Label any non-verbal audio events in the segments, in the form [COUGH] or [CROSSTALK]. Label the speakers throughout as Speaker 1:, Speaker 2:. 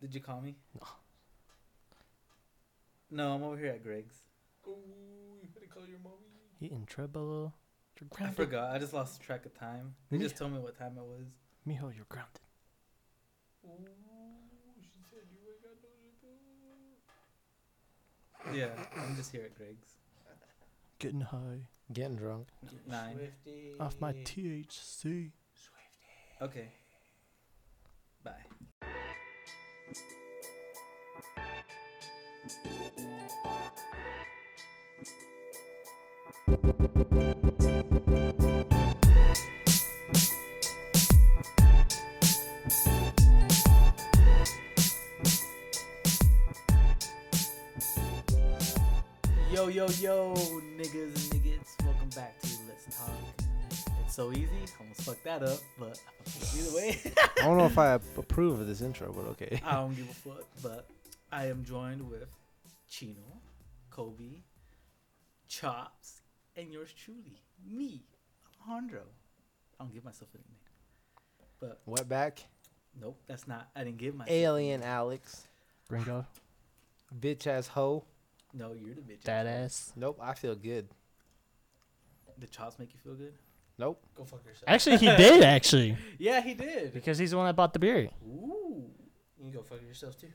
Speaker 1: Did you call me? No, I'm over here at Greg's.
Speaker 2: Oh, you better call your mommy.
Speaker 3: You in trouble? You're
Speaker 1: I
Speaker 3: grounded.
Speaker 1: forgot. I just lost track of time. They just
Speaker 3: Yeah.
Speaker 1: told me what time it was.
Speaker 3: Mijo, you're grounded.
Speaker 2: Oh, she said you ain't got no shampoo.
Speaker 1: Yeah, I'm just here at Greg's.
Speaker 3: Getting high
Speaker 4: Getting drunk.
Speaker 1: Nine.
Speaker 2: Swifty.
Speaker 3: off my THC.
Speaker 1: Okay. Bye. Yo, yo, yo, niggas and niggas, welcome back to Let's Talk. It's so easy, I almost fucked that up, but either way,
Speaker 4: I don't know if I approve of this intro, but okay.
Speaker 1: [LAUGHS] I don't give a fuck. But I am joined with Chino, Kobe, Chops, and yours truly, me, Alejandro. I don't give myself a nickname. But
Speaker 4: Wet back.
Speaker 1: nope, that's not, I didn't give myself. a
Speaker 4: Alien Alex.
Speaker 3: Gringo.
Speaker 4: Bitch ass hoe.
Speaker 1: nickname. No, you're the bitch.
Speaker 3: That ass.
Speaker 4: Nope, I feel good.
Speaker 1: The Chops make you feel good?
Speaker 4: Nope.
Speaker 2: Go fuck yourself.
Speaker 3: Actually, [LAUGHS] he did, actually.
Speaker 1: Yeah, he did.
Speaker 3: Because he's the one that bought the beer.
Speaker 1: Ooh.
Speaker 2: You can go fuck yourself too.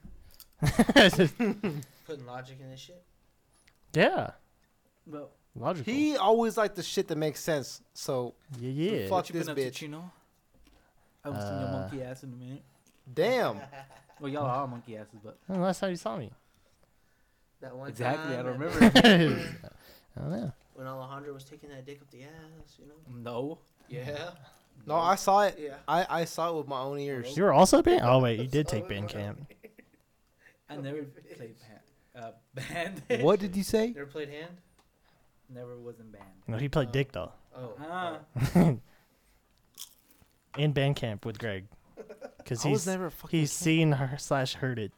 Speaker 2: Putting logic in this shit.
Speaker 3: yeah.
Speaker 1: Well,
Speaker 3: Logical.
Speaker 4: He always liked the shit that makes sense. So
Speaker 3: yeah, yeah.
Speaker 4: Fuck
Speaker 1: what you been
Speaker 4: this
Speaker 1: up to,
Speaker 4: bitch.
Speaker 1: Chino? I was in your
Speaker 3: Uh,
Speaker 1: monkey ass in a minute.
Speaker 2: [LAUGHS]
Speaker 4: damn.
Speaker 1: Well, y'all are all monkey asses, but
Speaker 3: When was the last time you saw me.
Speaker 2: That one
Speaker 1: exactly, I
Speaker 2: time
Speaker 1: don't
Speaker 2: that-
Speaker 1: remember.
Speaker 3: I don't know.
Speaker 2: [LAUGHS] When Alejandro was taking that dick up the ass, you know?
Speaker 1: no,
Speaker 2: Yeah.
Speaker 4: No, I saw it.
Speaker 2: Yeah.
Speaker 4: I, I saw it with my own ears.
Speaker 3: You were also band. Oh wait, you did
Speaker 2: So
Speaker 3: take band camp.
Speaker 1: I never played band. Uh, [LAUGHS] band.
Speaker 4: What did you say?
Speaker 2: Never played hand?
Speaker 1: Never was in band.
Speaker 3: No, he played dick though.
Speaker 2: Oh.
Speaker 1: Ah,
Speaker 3: In band camp with Greg, because
Speaker 4: I was
Speaker 3: he's
Speaker 4: never fucking.
Speaker 3: he's seen her slash heard it.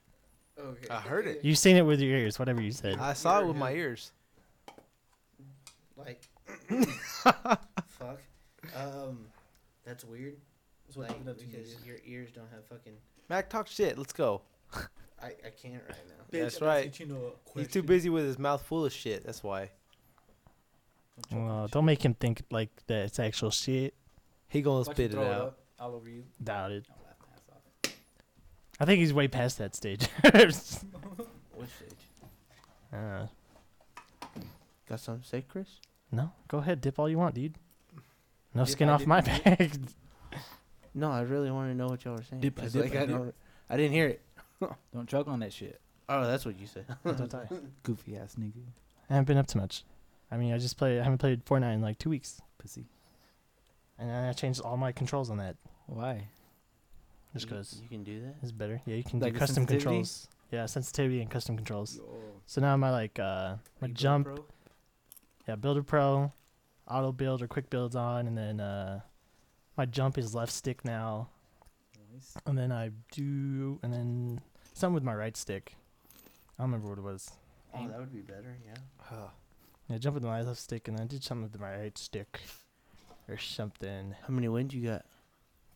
Speaker 2: Oh, Okay.
Speaker 4: I heard it.
Speaker 3: You've seen it with your ears, whatever you said.
Speaker 4: I saw it
Speaker 2: You're
Speaker 4: with my
Speaker 2: him.
Speaker 4: ears.
Speaker 2: Like, [LAUGHS] fuck. Um, that's weird.
Speaker 1: That's what
Speaker 2: Like,
Speaker 1: happened to
Speaker 2: because
Speaker 1: you.
Speaker 2: your ears don't have fucking.
Speaker 4: Mac, talk shit. Let's go.
Speaker 2: I, I can't right now.
Speaker 1: Bitch,
Speaker 4: That's
Speaker 1: I'm
Speaker 4: right.
Speaker 1: asking Chino a
Speaker 4: He's too
Speaker 1: question.
Speaker 4: busy with his mouth full of shit. That's why
Speaker 1: I'm
Speaker 3: Well,
Speaker 1: joking.
Speaker 3: don't make him think like that it's actual shit.
Speaker 4: he gonna
Speaker 1: Watch
Speaker 4: spit
Speaker 1: you
Speaker 4: it
Speaker 1: throw
Speaker 4: out.
Speaker 1: up all over you.
Speaker 3: Doubt it.
Speaker 1: I'll laugh my ass off.
Speaker 3: I think he's way past that stage. [LAUGHS]
Speaker 2: Which stage?
Speaker 3: uh,
Speaker 2: Got something to say, Chris?
Speaker 3: no, go ahead, dip all you want, dude. No
Speaker 1: Dip,
Speaker 3: skin
Speaker 1: I
Speaker 3: off
Speaker 1: dip,
Speaker 3: my
Speaker 1: I dip. [LAUGHS]
Speaker 3: back.
Speaker 2: No, I really want to know what y'all were saying.
Speaker 1: Dip,
Speaker 2: 'cause,
Speaker 1: dip,
Speaker 2: like,
Speaker 1: dip.
Speaker 2: I, don't- I didn't hear it.
Speaker 1: Don't choke on that shit.
Speaker 2: Oh, that's what you said.
Speaker 3: Don't die.
Speaker 1: Goofy ass nigga.
Speaker 3: I haven't been up to much. I mean, I just play. I haven't played Fortnite in like two weeks,
Speaker 1: Pussy.
Speaker 3: and I changed all my controls on that
Speaker 1: Why?
Speaker 3: just
Speaker 2: You-
Speaker 3: because
Speaker 2: You can do that?
Speaker 3: it's better. Yeah, you can
Speaker 1: Like
Speaker 3: do
Speaker 1: the
Speaker 3: custom
Speaker 1: sensitivity?
Speaker 3: controls. Yeah, sensitivity and custom controls.
Speaker 1: Yo.
Speaker 3: So now my like uh my jump, yeah, builder pro, auto build or quick builds on, and then uh my jump is left stick now,
Speaker 1: Nice.
Speaker 3: and then I do, and then something with my right stick. I don't remember what it was.
Speaker 2: Oh, that would be better, yeah.
Speaker 4: Huh.
Speaker 3: Yeah, jump with my left stick, and I did something with my right stick, or something.
Speaker 2: How many wins you got?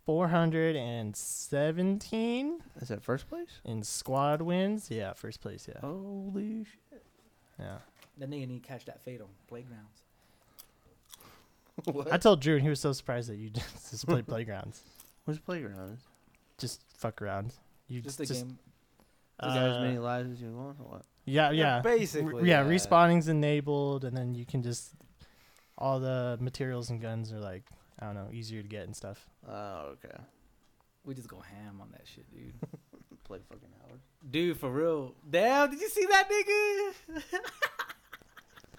Speaker 3: Four hundred and seventeen
Speaker 2: Is that first place?
Speaker 3: in squad wins. Yeah, first place. Yeah,
Speaker 2: Holy shit.
Speaker 3: yeah.
Speaker 1: That nigga need to catch that fade on playgrounds.
Speaker 3: I told Drew, and he was so surprised that you [LAUGHS] just just played playgrounds.
Speaker 2: What's playground?
Speaker 3: Just fuck around. You
Speaker 1: Just a game.
Speaker 2: You got as
Speaker 3: uh,
Speaker 2: many lives as you want, or what?
Speaker 3: Yeah, yeah. R-
Speaker 4: Basically.
Speaker 3: yeah, respawning's enabled, and then you can just all the materials and guns are like I don't know, easier to get and stuff.
Speaker 2: Oh, okay.
Speaker 1: We just go ham on that shit, dude.
Speaker 2: Play fucking hours.
Speaker 1: dude, for real. Damn, did you see that nigga?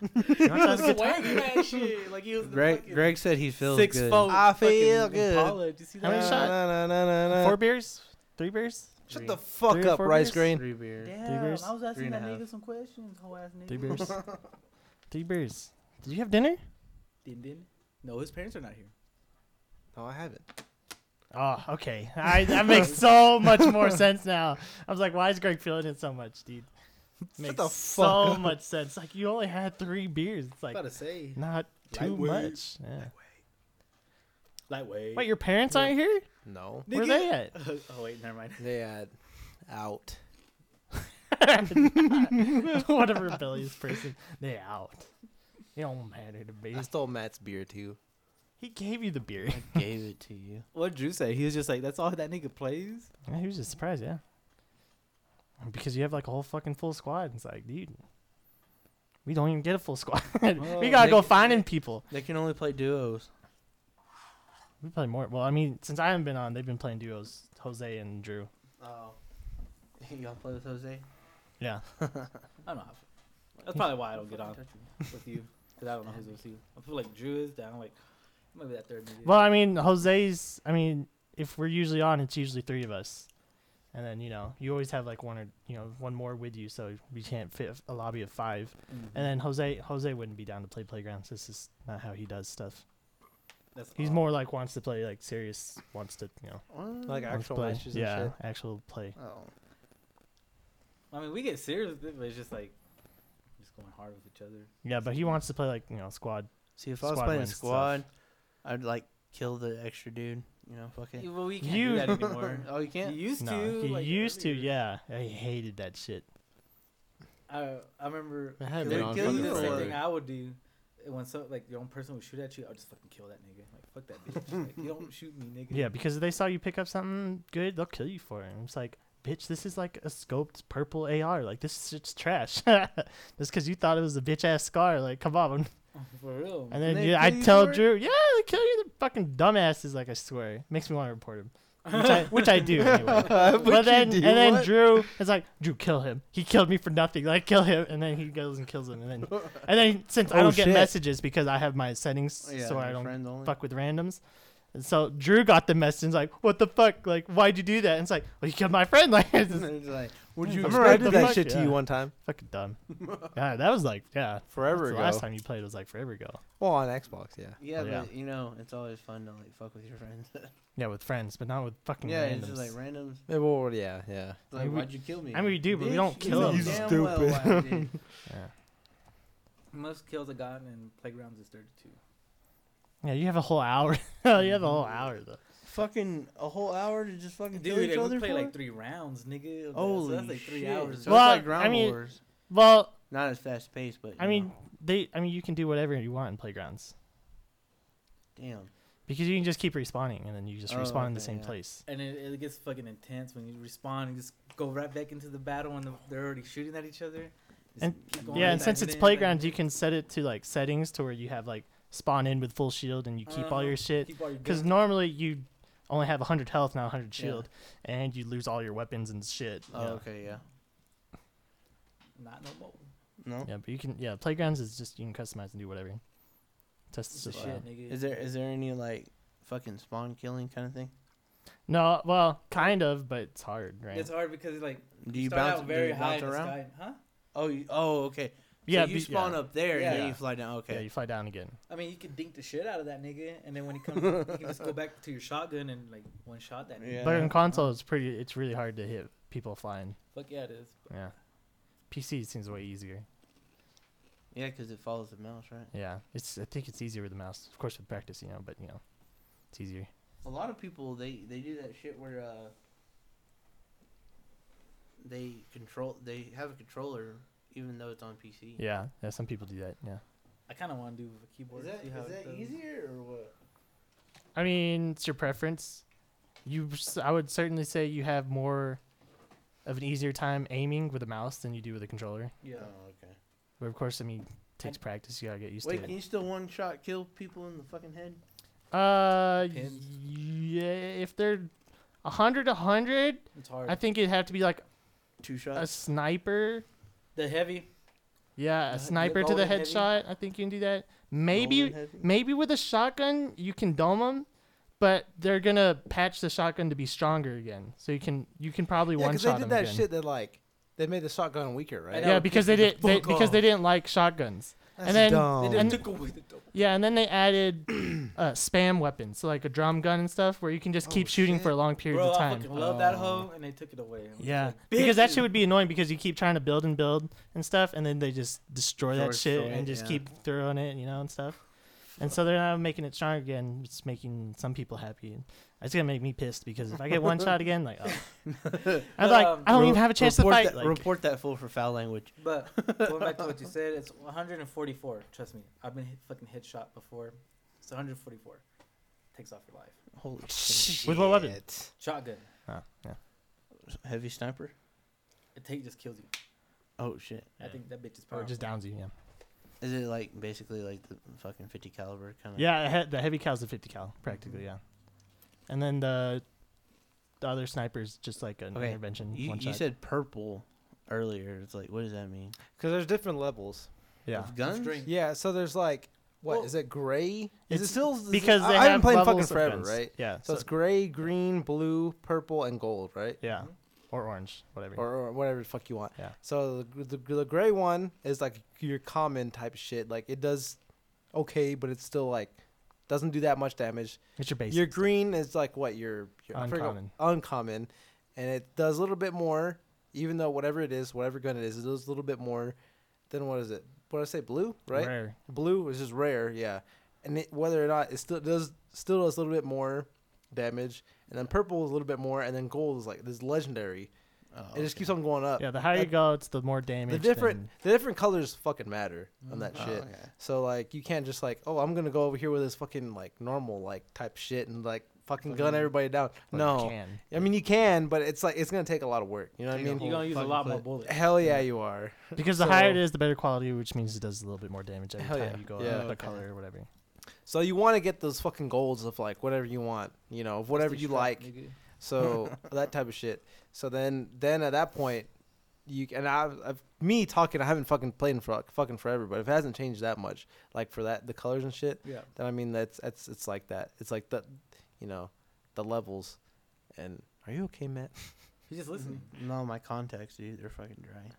Speaker 3: You know,
Speaker 1: He was
Speaker 3: that's a good time.
Speaker 1: wagging that shit. Like he was the
Speaker 2: Greg,
Speaker 1: fucking
Speaker 2: Greg said he feels
Speaker 1: six
Speaker 2: good.
Speaker 1: fold.
Speaker 4: I
Speaker 1: fucking
Speaker 4: feel good.
Speaker 1: Impala. Did you see
Speaker 3: How many
Speaker 1: that?
Speaker 3: shots?
Speaker 4: Na, na, na, na, na.
Speaker 3: Four beers, three beers,
Speaker 4: Shut
Speaker 2: Three.
Speaker 4: the fuck
Speaker 3: Three or
Speaker 4: up,
Speaker 3: four
Speaker 4: Rice
Speaker 3: beers?
Speaker 4: Grain.
Speaker 2: Three beers.
Speaker 1: Damn,
Speaker 3: beers?
Speaker 1: I was asking
Speaker 2: and a
Speaker 1: that nigga
Speaker 2: half.
Speaker 1: some questions, whole ass nigga.
Speaker 3: three beers, three beers. Did you have dinner?
Speaker 1: Din din. No, his parents are not here.
Speaker 4: No, I haven't.
Speaker 3: Oh, okay. I, that makes so [LAUGHS] much more sense now. I was like, why is Greg feeling it so much, dude? Makes
Speaker 4: the fuck
Speaker 3: so
Speaker 4: up.
Speaker 3: much sense. Like you only had three beers. It's like
Speaker 1: to say.
Speaker 3: not too
Speaker 1: Lightweight.
Speaker 3: much. Yeah.
Speaker 1: Lightweight. [LAUGHS]
Speaker 3: Wait, your parents aren't here?
Speaker 4: No.
Speaker 3: Where are they at?
Speaker 1: oh wait, never mind.
Speaker 4: They had
Speaker 2: out.
Speaker 3: [LAUGHS] what a rebellious person. They out. It don't matter to me.
Speaker 2: I stole Matt's beer [LAUGHS] too.
Speaker 3: He gave you the beer.
Speaker 2: I gave it to you.
Speaker 1: What Drew say? He was just like, "That's all that nigga plays."
Speaker 3: Yeah, he was just surprised, yeah. Because you have like a whole fucking full squad. and It's like, dude, we don't even get a full squad. [LAUGHS] we
Speaker 2: Well,
Speaker 3: gotta go
Speaker 2: they-
Speaker 3: finding people.
Speaker 2: They can only play duos.
Speaker 3: We play more. Well, I mean, since I haven't been on, they've been playing duos, Jose and Drew.
Speaker 2: Oh. Y'all play with Jose?
Speaker 3: Yeah.
Speaker 1: I don't know. How, that's probably why I don't get on with you because I don't know who's with you. I feel like Drew is down. Like maybe that third. nigga.
Speaker 3: Well, I mean, Jose's. I mean, if we're usually on, it's usually three of us, and then you know, you always have like one or you know one more with you, so we can't fit a lobby of five.
Speaker 1: Mhm.
Speaker 3: And then Jose, Jose wouldn't be down to play playgrounds. This is not how he does stuff.
Speaker 1: That's
Speaker 3: He's
Speaker 1: odd.
Speaker 3: more like wants to play like serious, wants to you know
Speaker 2: Like
Speaker 3: wants to
Speaker 2: actual
Speaker 3: play.
Speaker 2: matches
Speaker 3: yeah,
Speaker 2: and
Speaker 3: actual play.
Speaker 2: shit. Oh.
Speaker 1: I mean, we get serious, with it, but it's just like just going hard with each other.
Speaker 3: Yeah, but he wants to play like you know squad.
Speaker 2: See, if I was
Speaker 3: Squad
Speaker 2: playing a
Speaker 3: wins stuff.
Speaker 2: squad, I'd like kill the extra dude. You know, fuck it.
Speaker 1: Yeah, Well, we can't
Speaker 3: You-
Speaker 1: do that anymore.
Speaker 2: oh, you
Speaker 1: You
Speaker 2: [LAUGHS] can't.
Speaker 1: used
Speaker 3: No,
Speaker 1: to.
Speaker 3: he
Speaker 1: like,
Speaker 3: used to.
Speaker 1: earlier.
Speaker 3: Yeah, I hated that shit.
Speaker 1: I, I remember.
Speaker 2: I haven't
Speaker 1: They
Speaker 2: been
Speaker 1: would
Speaker 2: on
Speaker 1: kill you
Speaker 2: fucking
Speaker 1: the same
Speaker 2: forever.
Speaker 1: thing I would do. And when some like your own person would shoot at you, I'll just fucking kill that nigga. Like fuck that bitch.
Speaker 3: [LAUGHS]
Speaker 1: Like, you don't shoot me, nigga.
Speaker 3: Yeah, because if they saw you pick up something good, they'll kill you for it. And it's like, bitch, this is like a scoped purple AR. Like this shit's trash. [LAUGHS] Just because you thought it was a bitch ass scar. Like, come on.
Speaker 1: [LAUGHS]
Speaker 3: [LAUGHS]
Speaker 1: for real. [LAUGHS]
Speaker 3: And then
Speaker 2: they
Speaker 3: you, I
Speaker 2: kill you
Speaker 3: tell
Speaker 2: for it?
Speaker 3: Drew, yeah, they kill you. The fucking dumbasses. Like I swear, makes me want to report him, which I, which I
Speaker 2: [LAUGHS]
Speaker 3: do. Anyway.
Speaker 2: but
Speaker 3: But then
Speaker 2: you do,
Speaker 3: and then
Speaker 2: what?
Speaker 3: Drew is like, Drew, kill him. He killed me for nothing. [LAUGHS] Like kill him, and then he goes and kills him. And then and then since I
Speaker 2: Oh,
Speaker 3: don't get
Speaker 2: shit.
Speaker 3: messages because I have my settings
Speaker 2: Oh, Yeah,
Speaker 3: so I
Speaker 2: your
Speaker 3: don't
Speaker 2: friend only.
Speaker 3: fuck with randoms. And so Drew got the message and like, what the fuck? Like, why'd you do that? And it's like, well, you killed my friend. [LAUGHS] Like, it's
Speaker 2: And
Speaker 3: just
Speaker 2: [LAUGHS] it's like,
Speaker 3: [LAUGHS]
Speaker 2: would you
Speaker 3: I
Speaker 2: remember I
Speaker 3: expect
Speaker 2: did
Speaker 3: the
Speaker 2: that
Speaker 3: fuck?
Speaker 2: shit to
Speaker 3: Yeah.
Speaker 2: you one time
Speaker 3: fucking
Speaker 5: [LAUGHS]
Speaker 3: dumb. Yeah, that was like, yeah.
Speaker 2: forever
Speaker 3: the
Speaker 2: ago.
Speaker 3: last time you played was like forever ago.
Speaker 2: Well, on Xbox, yeah.
Speaker 5: Yeah,
Speaker 3: Oh, yeah.
Speaker 5: but you know, it's always fun to like fuck with your friends.
Speaker 3: Yeah, with friends, but not with fucking
Speaker 5: yeah,
Speaker 3: randoms.
Speaker 5: it's just like randoms.
Speaker 2: Yeah, Well, yeah, yeah.
Speaker 5: It's like,
Speaker 3: mean, we-
Speaker 5: why'd you kill me?
Speaker 3: I mean, we do, but we don't
Speaker 5: Bitch,
Speaker 3: kill
Speaker 5: you
Speaker 3: them.
Speaker 5: know damn well why I
Speaker 3: [LAUGHS]
Speaker 5: did.
Speaker 3: Yeah.
Speaker 1: most kills I gotten in playgrounds is thirty-two.
Speaker 3: yeah, you have a whole hour. [LAUGHS] you have a whole
Speaker 5: Mm-hmm.
Speaker 3: hour though.
Speaker 5: fucking a whole hour to just fucking kill
Speaker 1: Dude,
Speaker 5: each
Speaker 1: and
Speaker 5: other
Speaker 1: we play
Speaker 5: for?
Speaker 1: like three rounds, nigga. of that, so
Speaker 5: Holy
Speaker 1: that's like three
Speaker 5: shit.
Speaker 1: hours.
Speaker 5: So
Speaker 3: Well,
Speaker 5: it's like ground
Speaker 3: I mean-
Speaker 5: wars.
Speaker 3: Well,
Speaker 5: Not as fast paced, but you
Speaker 3: I mean,
Speaker 5: know,
Speaker 3: they. I mean, you can do whatever you want in playgrounds
Speaker 5: damn.
Speaker 3: because you can just keep respawning, and then you just
Speaker 5: Oh,
Speaker 3: respawn in the
Speaker 5: okay,
Speaker 3: same
Speaker 5: yeah.
Speaker 3: place.
Speaker 1: And it, it gets fucking intense when you respond and just go right back into the battle and they're already shooting at each other. Just
Speaker 3: And-
Speaker 1: keep going
Speaker 3: yeah, and
Speaker 1: back
Speaker 3: since
Speaker 1: and
Speaker 3: it's
Speaker 1: in, back
Speaker 3: playgrounds,
Speaker 1: in.
Speaker 3: you can set it to like settings to where you have like spawn in with full shield, and you keep all your
Speaker 1: Uh-huh.
Speaker 3: shit.
Speaker 1: Keep all your
Speaker 3: Because
Speaker 1: guns.
Speaker 3: normally you only have 100 health, now 100
Speaker 5: Yeah.
Speaker 3: shield, and you lose all your weapons and shit.
Speaker 5: Oh,
Speaker 3: yeah.
Speaker 5: okay, yeah.
Speaker 1: not no more.
Speaker 5: No,
Speaker 3: Yeah, but you can, yeah, Playgrounds is just, you can customize and do whatever. Test
Speaker 1: It's
Speaker 3: the
Speaker 1: the
Speaker 3: shit.
Speaker 1: shit,
Speaker 3: out.
Speaker 1: nigga.
Speaker 5: is there is there any like fucking spawn killing kind of thing?
Speaker 3: No, well, kind of, but it's hard, right?
Speaker 1: It's hard because like
Speaker 5: Do you
Speaker 1: start
Speaker 5: bounce
Speaker 1: out very
Speaker 5: do you
Speaker 1: high
Speaker 5: bounce
Speaker 1: in the
Speaker 5: around?
Speaker 1: sky, huh?
Speaker 5: Oh, you, oh, okay.
Speaker 3: yeah,
Speaker 5: so you
Speaker 3: be-
Speaker 5: spawn
Speaker 3: yeah.
Speaker 5: up there
Speaker 1: Yeah.
Speaker 5: and then
Speaker 3: Yeah.
Speaker 5: you fly down. Okay,
Speaker 3: Yeah, you fly down again.
Speaker 1: I mean, you can dink the shit out of that nigga, and then
Speaker 5: [LAUGHS]
Speaker 1: when he comes, you can just go back to your shotgun and like one shot that nigga.
Speaker 5: Yeah. Oh.
Speaker 3: But in console, it's pretty, it's really hard to hit people flying.
Speaker 1: Fuck yeah, it is.
Speaker 3: Yeah. PC seems way easier.
Speaker 5: yeah, because it follows the mouse, right?
Speaker 3: Yeah. It's, I think it's easier with the mouse. Of course, with practice, you know, but, you know, it's easier.
Speaker 5: A lot of people they they do that shit where uh they control they have a controller even though it's on PC.
Speaker 3: Yeah. Yeah, some people do that. Yeah.
Speaker 1: I kind of want to do a keyboard.
Speaker 5: Is that
Speaker 1: see
Speaker 5: is
Speaker 1: how it
Speaker 5: that
Speaker 1: goes.
Speaker 5: easier or what?
Speaker 3: I mean, it's your preference. You, s- I would certainly say you have more of an easier time aiming with a mouse than you do with a controller.
Speaker 1: Yeah.
Speaker 5: Oh, okay.
Speaker 3: But of course, I mean, it takes practice. You gotta get used
Speaker 5: Wait,
Speaker 3: to
Speaker 5: can
Speaker 3: it.
Speaker 5: you still one shot kill people in the fucking head?
Speaker 3: Uh,
Speaker 1: Pins.
Speaker 3: yeah. If they're a hundred, a hundred,
Speaker 1: It's hard.
Speaker 3: I think it'd have to be like
Speaker 2: Uh,
Speaker 5: Two
Speaker 3: a
Speaker 5: shots.
Speaker 3: sniper.
Speaker 1: the heavy.
Speaker 3: Yeah,
Speaker 1: Uh,
Speaker 3: a sniper to
Speaker 1: low
Speaker 3: the
Speaker 1: and heavy?
Speaker 3: headshot. I think you can do that. Maybe,
Speaker 5: Rolling
Speaker 2: [LAUGHS]
Speaker 5: heavy?
Speaker 3: maybe with a shotgun you can dome them, but they're gonna patch the shotgun to be stronger again. So you can you can probably
Speaker 2: Yeah,
Speaker 3: one
Speaker 2: because they
Speaker 3: shot
Speaker 2: did
Speaker 3: them
Speaker 2: that
Speaker 3: again.
Speaker 2: shit that like they made the shotgun weaker, right?
Speaker 1: I know.
Speaker 3: yeah,
Speaker 1: would piss
Speaker 3: because they
Speaker 1: me the
Speaker 3: didn't they,
Speaker 1: fuck
Speaker 3: because they
Speaker 1: off.
Speaker 3: didn't like shotguns. and
Speaker 2: That's
Speaker 3: then-
Speaker 5: Oh.
Speaker 1: They
Speaker 2: dumb.
Speaker 1: just
Speaker 3: And-
Speaker 1: took away the dope.
Speaker 3: Yeah, and then they added [CLEARS THROAT] uh, spam weapons, so like a drum gun and stuff, where you can just keep
Speaker 2: Oh,
Speaker 3: shooting for
Speaker 2: shit.
Speaker 3: long periods
Speaker 1: Bro,
Speaker 3: of
Speaker 1: I
Speaker 3: time.
Speaker 1: fucking love that hoe, and they took it away. I'm just
Speaker 3: Yeah,
Speaker 1: like,
Speaker 3: because that shit
Speaker 1: "Bitches."
Speaker 3: would be annoying because you keep trying to build and build and stuff, and then they just destroy that
Speaker 5: Destroy-
Speaker 3: shit
Speaker 5: destroy
Speaker 3: and
Speaker 5: it,
Speaker 3: just
Speaker 5: yeah.
Speaker 3: keep throwing it, you know, and stuff. And so they're not making it stronger again. It's making some people happy. And it's gonna make me pissed because if I get one shot again, like, oh. I'm like,
Speaker 1: Um,
Speaker 3: I don't
Speaker 2: [LAUGHS] Re-
Speaker 3: even have a chance to
Speaker 2: report
Speaker 3: fight.
Speaker 2: That,
Speaker 3: like,
Speaker 2: report that fool for foul language.
Speaker 1: But
Speaker 3: [LAUGHS]
Speaker 1: going back to what you said, it's 144. Trust me, I've been hit, fucking headshot before. It's 144. Takes off your life.
Speaker 2: Holy shit.
Speaker 3: With what weapon?
Speaker 2: Shit.
Speaker 1: Shotgun.
Speaker 3: oh, yeah.
Speaker 2: Heavy sniper?
Speaker 1: It take just kills you.
Speaker 2: Oh shit.
Speaker 1: I
Speaker 3: Yeah.
Speaker 1: think that bitch is
Speaker 3: Or
Speaker 1: powerful.
Speaker 3: it just downs you. Yeah.
Speaker 2: Is it like basically like the fucking 50 caliber kind of?
Speaker 3: Yeah, he- the heavy cal's a 50 cal,
Speaker 4: Mm-hmm.
Speaker 3: practically, yeah. And then the, the other sniper's just like an
Speaker 2: Okay,
Speaker 3: intervention
Speaker 2: You,
Speaker 3: one
Speaker 2: you
Speaker 3: shot.
Speaker 2: said purple earlier. It's like, what does that mean?
Speaker 4: Because there's different levels.
Speaker 3: yeah.
Speaker 2: Of guns?
Speaker 1: String.
Speaker 4: Yeah, so there's like what is
Speaker 1: Well,
Speaker 4: it gray? Is it
Speaker 3: It's
Speaker 4: still is it-
Speaker 3: because
Speaker 4: I-
Speaker 3: they
Speaker 4: I
Speaker 3: have
Speaker 4: haven't played fucking
Speaker 3: levels of
Speaker 4: forever,
Speaker 3: guns.
Speaker 4: right?
Speaker 3: Yeah.
Speaker 4: So, it's gray, green, blue, purple, and gold, right?
Speaker 3: yeah, or orange, whatever.
Speaker 4: Mm-hmm. Or, or whatever the fuck you want.
Speaker 3: Yeah.
Speaker 4: So the, the the gray one is like your common type shit. Like it does okay, but it's still like doesn't do that much damage.
Speaker 3: it's your base.
Speaker 4: Your green is like what your, your I forget-
Speaker 3: Uncommon.
Speaker 4: uncommon, and it does a little bit more. Even though whatever it is, whatever gun it is, it does a little bit more than what is it? What did I say? Blue, right?
Speaker 3: Rare.
Speaker 4: Blue is just rare, yeah. And it, whether or not it still does still does a little bit more damage, and then purple is a little bit more, and then gold is like this is legendary.
Speaker 2: Oh,
Speaker 4: it just keeps on going up.
Speaker 3: Yeah, the higher you
Speaker 4: That-
Speaker 3: go, it's the more damage.
Speaker 4: Uh, the different the different colors fucking matter on that
Speaker 2: Oh,
Speaker 4: shit.
Speaker 2: okay.
Speaker 4: So like you can't just like oh I'm gonna go over here with this fucking like normal like type shit and like fucking gun everybody down.
Speaker 3: than
Speaker 4: no,
Speaker 3: you Can.
Speaker 4: I mean you can, but it's like it's gonna take a lot of work. You know what I
Speaker 2: Take a
Speaker 4: mean?
Speaker 1: You're gonna use a
Speaker 2: Fucking
Speaker 1: lot more [LAUGHS]
Speaker 2: clip.
Speaker 1: bullets.
Speaker 4: Hell yeah, you are.
Speaker 3: Because the higher it
Speaker 4: So-
Speaker 3: is, the better quality, which means it does a little bit more damage every
Speaker 4: Hell
Speaker 3: time
Speaker 4: yeah.
Speaker 3: you go
Speaker 4: Yeah.
Speaker 3: up a
Speaker 2: Okay.
Speaker 3: color or whatever.
Speaker 4: So you want to get those fucking golds of like whatever you want, you know, of whatever you like. [LAUGHS] So that type of shit. So then, then at that point, you and I've, I've me talking. I haven't fucking played in for, fucking forever, but if it hasn't changed that much, like for that the colors and shit,
Speaker 1: Yeah.
Speaker 4: then I mean that's that's it's like that. It's like the, you know, the levels. And are you okay, Matt?
Speaker 1: He's just listening.
Speaker 2: No, Mm-hmm. my contacts, dude, they're fucking dry.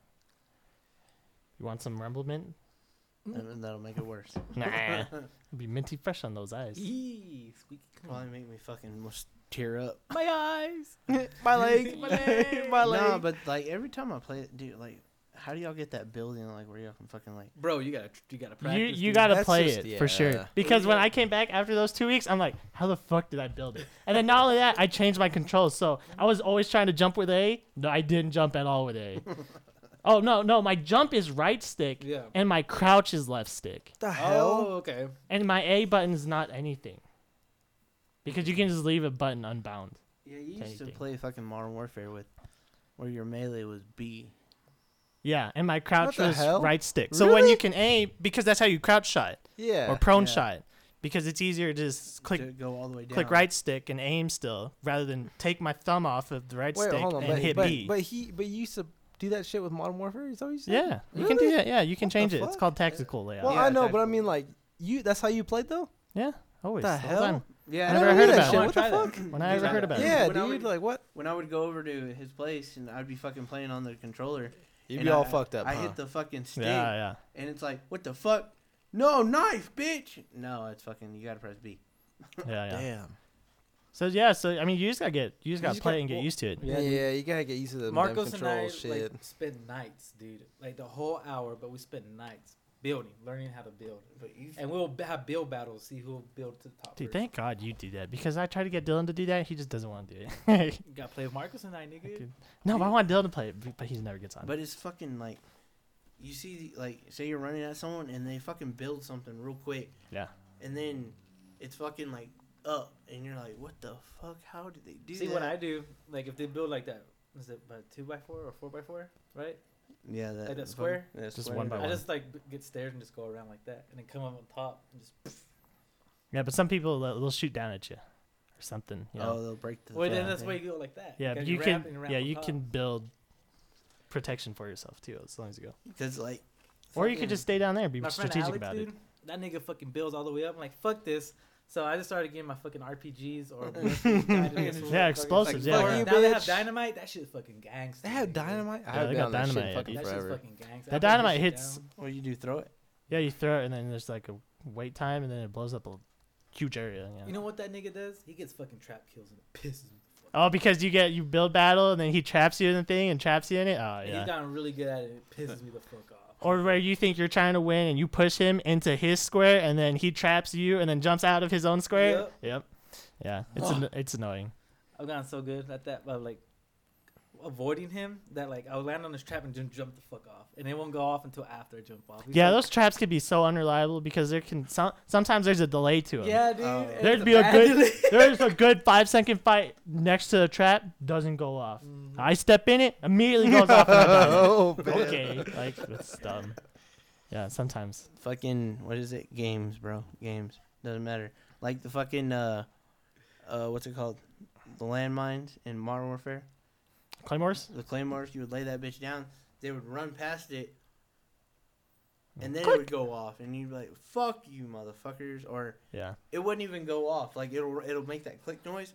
Speaker 3: You want some rumble mint?
Speaker 5: Mm-hmm.
Speaker 2: And that'll make it worse.
Speaker 3: Nah.
Speaker 4: [LAUGHS]
Speaker 3: It'll be minty fresh on those
Speaker 1: Mm-hmm.
Speaker 3: eyes.
Speaker 1: Eee, squeaky. Come on.
Speaker 2: Probably make me fucking almost tear up.
Speaker 1: My eyes.
Speaker 4: [LAUGHS] [LAUGHS]
Speaker 2: [LAUGHS]
Speaker 4: My leg,
Speaker 1: My leg.
Speaker 3: [LAUGHS]
Speaker 4: [LAUGHS] my leg.
Speaker 2: No, but like every time I play it, dude, like, how do y'all get that building like where y'all can fucking like?
Speaker 1: Bro, you gotta you gotta
Speaker 3: You,
Speaker 1: practice.
Speaker 3: you
Speaker 1: dude.
Speaker 3: gotta
Speaker 4: That's
Speaker 3: play
Speaker 4: just-
Speaker 3: it for
Speaker 4: yeah.
Speaker 3: sure. Because when
Speaker 1: Yeah.
Speaker 3: I came back after those two weeks, I'm like, how the fuck did I build it? And then not only that, I changed my controls. So I was always trying to jump with A. No, I didn't jump at all with A.
Speaker 4: [LAUGHS]
Speaker 3: oh no, no, my jump is right stick
Speaker 1: Yeah.
Speaker 3: and my crouch is left stick.
Speaker 4: the
Speaker 1: Oh,
Speaker 4: hell?
Speaker 1: okay.
Speaker 3: And my A button is not anything. Because you can just leave a button unbound.
Speaker 2: Yeah, you used to
Speaker 3: Anything.
Speaker 2: play fucking Modern Warfare with, where your melee was B.
Speaker 3: Yeah, and my crouch
Speaker 4: the
Speaker 3: was
Speaker 4: hell?
Speaker 3: right stick. So when
Speaker 4: Really?
Speaker 3: you can aim, because that's how you crouch shot
Speaker 4: Yeah.
Speaker 3: or prone
Speaker 2: yeah.
Speaker 3: shot, because it's easier to just click
Speaker 2: to go all the way down.
Speaker 3: click right stick and aim still rather than take my thumb off of the right stick and
Speaker 4: but,
Speaker 3: hit
Speaker 4: but,
Speaker 3: B.
Speaker 4: but he, but you used to do that shit with Modern Warfare. Is that what you said?
Speaker 3: yeah, you can do that. Yeah, you can
Speaker 4: What the
Speaker 3: change it. It's
Speaker 4: fuck?
Speaker 3: called tactical layout.
Speaker 4: Well,
Speaker 2: Yeah,
Speaker 4: I know, but I
Speaker 2: tactical.
Speaker 4: mean, like you. That's how you played though.
Speaker 3: yeah, always.
Speaker 4: the
Speaker 3: all
Speaker 4: hell?
Speaker 3: time.
Speaker 2: Yeah,
Speaker 3: I
Speaker 2: I
Speaker 3: never
Speaker 2: know.
Speaker 3: heard
Speaker 4: knew
Speaker 3: about it.
Speaker 4: that
Speaker 3: I
Speaker 4: Shit. What the fuck?
Speaker 3: When I ever heard about it.
Speaker 4: Yeah,
Speaker 2: When I
Speaker 4: dude.
Speaker 2: would-
Speaker 4: Like what?
Speaker 2: When I would go over to his place and I'd be fucking playing on the controller,
Speaker 4: You'd
Speaker 2: and
Speaker 4: be all
Speaker 2: I-
Speaker 4: fucked up.
Speaker 2: I
Speaker 4: huh?
Speaker 2: hit the fucking stick,
Speaker 3: Yeah, yeah.
Speaker 2: and it's like, what the fuck? No knife, bitch. No, it's fucking. You gotta press B.
Speaker 3: Yeah, yeah.
Speaker 4: Damn.
Speaker 3: So yeah, so I mean, you just gotta get, you just
Speaker 4: You
Speaker 3: gotta
Speaker 4: just
Speaker 3: play
Speaker 4: got-
Speaker 3: and get
Speaker 4: well,
Speaker 3: used to it.
Speaker 4: Yeah, you gotta get used to the damn
Speaker 1: Marcos and
Speaker 4: control
Speaker 1: I
Speaker 4: shit.
Speaker 1: like spent nights, dude. Like the whole hour, but we spent nights building, learning how to build.
Speaker 2: But you
Speaker 1: And we'll b- have build battles, see who'll build to the top.
Speaker 3: Dude,
Speaker 1: first.
Speaker 3: thank God you do that because I tried to get Dylan to do that. He just doesn't want to do it. [LAUGHS]
Speaker 1: You gotta play with Marcos and I, nigga.
Speaker 3: could- no, but I want Dylan to play it, but he never gets on.
Speaker 2: But it's fucking like, you see, like, say you're running at someone and they fucking build something real quick.
Speaker 3: Yeah.
Speaker 2: And then it's fucking like up, and you're like, what the fuck? How did they do
Speaker 1: See
Speaker 2: that?
Speaker 1: what I do? Like if they build like that, is it by two by four or four by four? Right?
Speaker 2: Yeah, that, Oh,
Speaker 1: Like that square?
Speaker 2: Yeah,
Speaker 3: Just one by
Speaker 1: I
Speaker 3: one.
Speaker 1: just like b- get stairs and just go around like that, and then come up on top and just.
Speaker 3: yeah, but some people they'll, they'll shoot down at you or something. You know?
Speaker 2: Oh, they'll break the.
Speaker 1: Well, then
Speaker 2: fucking
Speaker 1: that's why
Speaker 2: thing.
Speaker 1: you go like that.
Speaker 3: yeah,
Speaker 1: gotta
Speaker 3: but you
Speaker 1: wrap
Speaker 3: can,
Speaker 1: and wrap
Speaker 3: yeah,
Speaker 1: on
Speaker 3: you
Speaker 1: top.
Speaker 3: can build protection for yourself too as long as you go.
Speaker 2: [LAUGHS] Cause like,
Speaker 3: Or you could
Speaker 2: fucking-
Speaker 3: just stay down there and be
Speaker 1: My friend
Speaker 3: strategic
Speaker 1: Alex,
Speaker 3: about
Speaker 1: dude,
Speaker 3: it.
Speaker 1: that nigga fucking builds all the way up. I'm like, fuck this. So I just started getting my fucking RPGs
Speaker 4: [LAUGHS]
Speaker 1: or weapons guided missiles.
Speaker 3: [LAUGHS] Yeah,
Speaker 1: Fucking-
Speaker 3: explosives.
Speaker 4: fuck
Speaker 3: Yeah,
Speaker 1: Or
Speaker 4: you,
Speaker 3: yeah.
Speaker 1: now they
Speaker 4: bitch.
Speaker 1: have dynamite. That shit's fucking gangster.
Speaker 4: They have
Speaker 1: nigga.
Speaker 4: dynamite. I
Speaker 3: Yeah,
Speaker 4: have
Speaker 3: they
Speaker 4: been
Speaker 3: got
Speaker 4: on that shit
Speaker 3: dynamite,
Speaker 4: fucking
Speaker 1: That shit's
Speaker 4: forever.
Speaker 3: [LAUGHS]
Speaker 1: fucking gangster.
Speaker 3: That
Speaker 1: I put that
Speaker 3: dynamite
Speaker 1: shit
Speaker 3: hits-
Speaker 1: down.
Speaker 2: What do you do? Throw it?
Speaker 3: yeah. You throw it and then there's like a wait time and then it blows up a huge area. Yeah.
Speaker 1: You know what that nigga does? He gets fucking trap kills and it pisses me. the fuck off.
Speaker 3: oh, because you get you build battle and then he traps you in the thing and traps you in it. Oh
Speaker 1: And He's
Speaker 3: yeah. [LAUGHS]
Speaker 1: gotten really good at it. It pisses me the fuck off.
Speaker 3: or where you think you're trying to win and you push him into his square and then he traps you and then jumps out of his own square. Yep. Yeah, it's an- it's annoying.
Speaker 1: I've gotten so good at that by like avoiding him that like I'll land on his trap and just jump the fuck off, and it won't go off until after I jump off. He's
Speaker 3: Yeah,
Speaker 1: like,
Speaker 3: those traps can be so unreliable because there can some, sometimes there's a delay to them.
Speaker 1: Yeah, dude.
Speaker 2: Oh.
Speaker 1: and it's
Speaker 3: There'd be a
Speaker 1: bad
Speaker 3: good
Speaker 1: delay.
Speaker 3: [LAUGHS] there's a good five second fight next to the trap doesn't go off.
Speaker 2: Mm.
Speaker 3: I step in it immediately goes off. And
Speaker 2: [LAUGHS]
Speaker 3: I'm
Speaker 4: [LAUGHS] oh,
Speaker 3: done. okay, like it's dumb. Yeah, sometimes.
Speaker 2: fucking what is it? Games, bro. Games. Doesn't matter. Like the fucking uh uh what's it called? The landmines in Modern Warfare.
Speaker 3: Claymores.
Speaker 2: The claymores, you would lay that bitch down, they would run past it and then it would go off and you'd be like, Fuck you motherfuckers or
Speaker 3: Yeah.
Speaker 2: it wouldn't even go off. Like it'll it'll make that click noise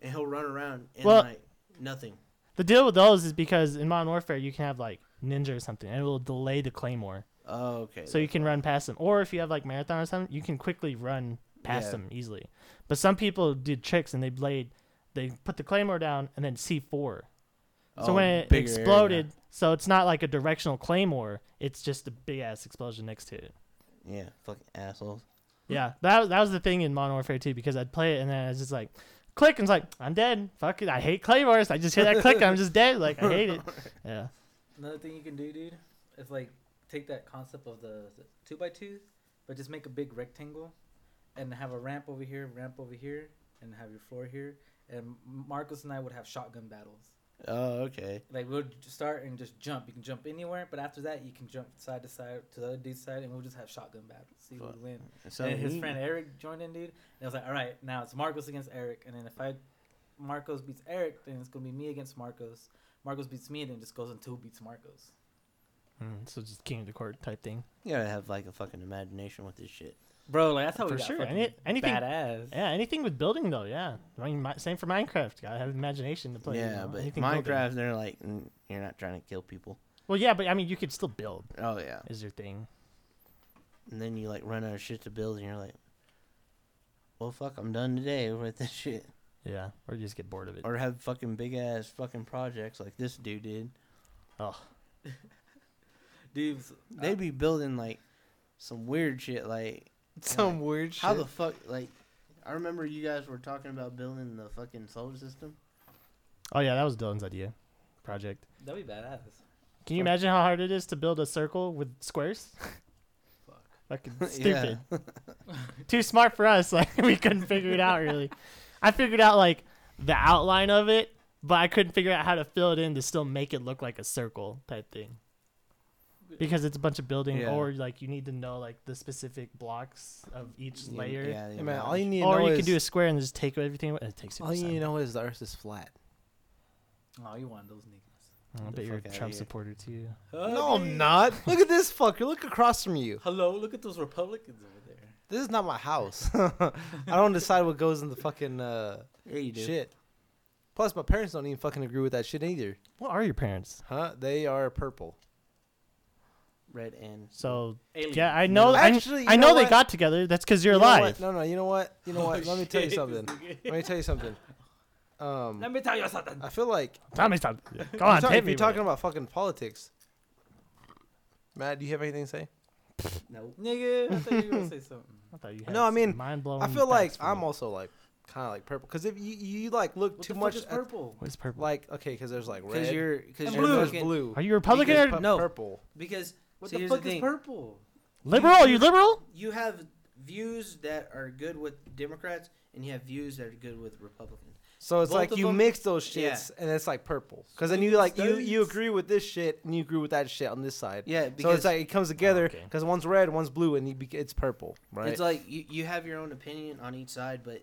Speaker 2: and he'll run around and
Speaker 3: Well-
Speaker 2: like nothing.
Speaker 3: The deal with those is because in Modern Warfare you can have like ninja or something, and it will delay the claymore,
Speaker 2: Oh, okay.
Speaker 3: so you can run past them. Or if you have like marathon or something, you can quickly run past
Speaker 2: Yeah.
Speaker 3: them easily. But some people did tricks and they laid, they put the claymore down and then C four. So
Speaker 2: Oh,
Speaker 3: when it
Speaker 2: bigger
Speaker 3: exploded, so it's not like a directional claymore; it's just a big ass explosion next to it.
Speaker 2: area. Yeah, fucking assholes.
Speaker 3: Yeah, that was- that was the thing in Modern Warfare 2 because I'd play it and then I was just like, click, and it's like I'm dead. Fuck it, I hate claymores. I just hear that click, I'm just dead. Like I hate it. Yeah.
Speaker 1: Another thing you can do, dude, is like take that concept of the, the two by two, but just make a big rectangle, and have a ramp over here, ramp over here, and have your floor here. And Marcos and I would have shotgun battles.
Speaker 2: Oh, okay.
Speaker 1: Like we'll j- start and just jump. You can jump anywhere, but after that, you can jump side to side to the other dude's side, and we'll just have shotgun battles. See who
Speaker 2: Fuck.
Speaker 1: wins.
Speaker 2: So
Speaker 1: and his
Speaker 2: he-
Speaker 1: friend Eric joined in, dude. And I was like, all right, now it's Marcos against Eric. And then if I Marcos beats Eric, then it's gonna be me against Marcos. Marcos beats me, and then it just goes into who beats Marcos.
Speaker 3: Mm, so just king of the court type thing.
Speaker 2: You gotta have like a fucking imagination with this shit.
Speaker 1: Bro, like that's how
Speaker 3: For
Speaker 1: we got
Speaker 3: sure.
Speaker 1: fucking
Speaker 3: Any- anything-
Speaker 1: badass.
Speaker 3: Yeah, anything with building though. Yeah, I mean, mi- same for Minecraft. Gotta have imagination to play. you
Speaker 2: yeah,
Speaker 3: know,
Speaker 2: but
Speaker 3: anything building.
Speaker 2: Minecraft, they're like, "Mm, you're not trying to kill people.
Speaker 3: Well, yeah, but I mean, you could still build.
Speaker 2: Oh yeah.
Speaker 3: Is your thing.
Speaker 2: And then you like run out of shit to build, and you're like, well, fuck, I'm done today [LAUGHS] with this shit.
Speaker 3: Yeah, or you just get bored of it.
Speaker 2: Or have fucking big ass fucking projects like this dude did.
Speaker 1: Dude, s-
Speaker 4: Uh,
Speaker 2: They be building like some weird shit. Like
Speaker 4: Some weird shit.
Speaker 2: how the fuck? Like I remember you guys were talking about building the fucking
Speaker 4: [LAUGHS]
Speaker 2: solar system.
Speaker 3: Oh yeah, that was Dylan's idea, project.
Speaker 1: that'd be badass.
Speaker 3: Can you imagine how hard it is to build a circle with squares?
Speaker 1: Fuck.
Speaker 3: Fucking
Speaker 2: [LAUGHS] Yeah.
Speaker 3: stupid. Too smart for us. [LAUGHS] Like we couldn't figure it out really. I figured out like the outline of it, but I couldn't figure out how to fill it in to still make it look like a circle type thing. Because it's a bunch of building,
Speaker 2: Yeah.
Speaker 3: or like you need to know like the specific blocks of each
Speaker 2: You-
Speaker 3: layer.
Speaker 2: Yeah,
Speaker 4: Hey,
Speaker 2: you
Speaker 4: man,
Speaker 2: know,
Speaker 4: all you need to
Speaker 3: or
Speaker 4: know
Speaker 3: you
Speaker 4: is,
Speaker 3: can do a square and just take everything. away. It takes you.
Speaker 4: all you need to know is the Earth is flat.
Speaker 1: Oh, you one of those niggas.
Speaker 3: I
Speaker 2: Get
Speaker 3: bet
Speaker 2: the
Speaker 3: you're a
Speaker 2: fuck outta
Speaker 3: Trump
Speaker 2: here.
Speaker 3: supporter too.
Speaker 4: No,
Speaker 1: Hubby.
Speaker 4: I'm
Speaker 2: [LAUGHS]
Speaker 4: not. Look at this fucker. Look across from you.
Speaker 1: Hello, look at those Republicans over there.
Speaker 4: This is not my house. [LAUGHS] I don't decide what goes in the fucking uh,
Speaker 2: Yeah, you do.
Speaker 4: shit. Plus, my parents don't even fucking agree with that shit either.
Speaker 3: What are your parents?
Speaker 4: Huh? They are purple.
Speaker 2: Red and
Speaker 3: So
Speaker 1: Aliens.
Speaker 3: yeah, I know.
Speaker 4: Actually,
Speaker 3: Actually,
Speaker 4: you
Speaker 3: I,
Speaker 4: know
Speaker 3: know they
Speaker 4: what?
Speaker 3: got together. That's because you're
Speaker 4: You know
Speaker 3: alive.
Speaker 4: what? No, no. You know what? You
Speaker 1: [LAUGHS]
Speaker 4: know what? Let me tell you
Speaker 1: Oh, Shit,
Speaker 4: something.
Speaker 1: this nigga.
Speaker 4: Let me tell you something. Um,
Speaker 1: Let me tell you something.
Speaker 4: I feel like
Speaker 3: Tommy, stop.
Speaker 4: [LAUGHS]
Speaker 3: Go on,
Speaker 4: If
Speaker 3: hit me.
Speaker 4: you're you're
Speaker 3: with
Speaker 4: talking
Speaker 3: it.
Speaker 4: about fucking politics. Matt, do you have anything to say?
Speaker 2: no.
Speaker 1: Nigga, I thought you were gonna [LAUGHS] say something.
Speaker 3: I thought you had
Speaker 4: No, I mean,
Speaker 3: mind blowing.
Speaker 4: I feel like I'm also like kind of like purple because if you you like look
Speaker 1: What
Speaker 4: too
Speaker 1: the
Speaker 4: much
Speaker 1: fuck is
Speaker 4: at-
Speaker 1: purple?
Speaker 3: What's purple?
Speaker 4: like okay because there's like
Speaker 2: Because
Speaker 4: red
Speaker 2: you're because
Speaker 1: And
Speaker 2: you're
Speaker 1: blue.
Speaker 4: there's
Speaker 2: fucking-
Speaker 4: blue
Speaker 3: Are you Republican
Speaker 2: Because
Speaker 3: or
Speaker 4: pu-
Speaker 2: no.
Speaker 4: purple
Speaker 2: because
Speaker 1: What
Speaker 2: See,
Speaker 1: the
Speaker 2: here's the
Speaker 1: fuck is
Speaker 2: thing.
Speaker 1: purple?
Speaker 3: liberal? Are you liberal?
Speaker 2: you have views that are good with Democrats and you have views that are good with Republicans.
Speaker 4: so it's
Speaker 2: both
Speaker 4: like
Speaker 2: of
Speaker 4: you
Speaker 2: them-
Speaker 4: mix those shits
Speaker 2: yeah.
Speaker 4: and it's like purple because then
Speaker 1: Swing
Speaker 4: you like you
Speaker 1: states.
Speaker 4: you agree with this shit and you agree with that shit on this side
Speaker 2: Yeah,
Speaker 4: so
Speaker 2: because
Speaker 4: it's like it comes together
Speaker 3: okay.
Speaker 4: because one's red one's blue and you be, it's purple right
Speaker 2: it's like you, you have your own opinion on each side, but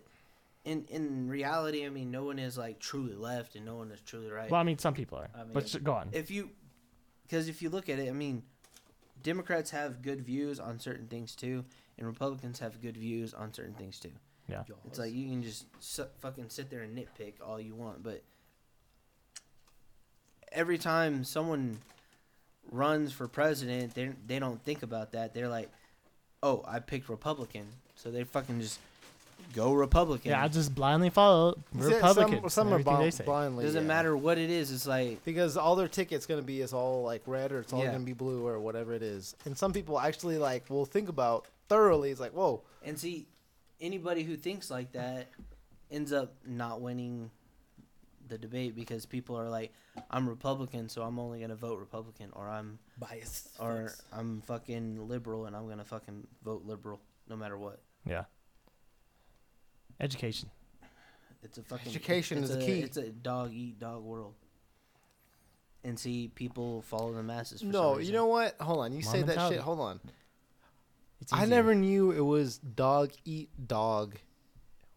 Speaker 2: in in reality, I mean, no one is like truly left and no one is truly right.
Speaker 3: Well, I mean, some people are.
Speaker 1: I mean-
Speaker 3: but sh- go on.
Speaker 2: if you because if you look at it, I mean, Democrats have good views on certain things too, and Republicans have good views on certain things too. It's like you can just su- fucking sit there and nitpick all you want, but every time someone runs for president, they they don't think about that. They're like, "Oh, I picked Republican," so they fucking just go Republican.
Speaker 3: Yeah, I just blindly follow
Speaker 4: Yeah,
Speaker 3: Republicans.
Speaker 4: Some,
Speaker 3: and
Speaker 4: some are
Speaker 3: everything
Speaker 4: bl-
Speaker 3: they say.
Speaker 4: blindly.
Speaker 2: Doesn't
Speaker 4: yeah.
Speaker 2: matter what it is. It's like
Speaker 4: because all their tickets going to be is all like red or it's all
Speaker 2: Yeah.
Speaker 4: going to be blue or whatever it is. And some people actually like will think about thoroughly. It's like, whoa,
Speaker 2: and see anybody who thinks like that ends up not winning the debate because people are like, I'm Republican, so I'm only gonna vote Republican, or I'm
Speaker 1: Bias.
Speaker 2: or I'm fucking liberal and I'm gonna fucking vote liberal no matter what.
Speaker 3: Yeah. Education.
Speaker 2: It's a fucking
Speaker 4: Education
Speaker 2: it's
Speaker 4: is
Speaker 2: a,
Speaker 4: the key.
Speaker 2: It's a dog eat dog world. And see, people follow the masses. For some
Speaker 4: no, you
Speaker 2: reason.
Speaker 4: know what? Hold on, you say that
Speaker 3: Mentality.
Speaker 4: shit. Hold on,
Speaker 3: It's
Speaker 4: I
Speaker 3: easier.
Speaker 4: never knew it was dog eat dog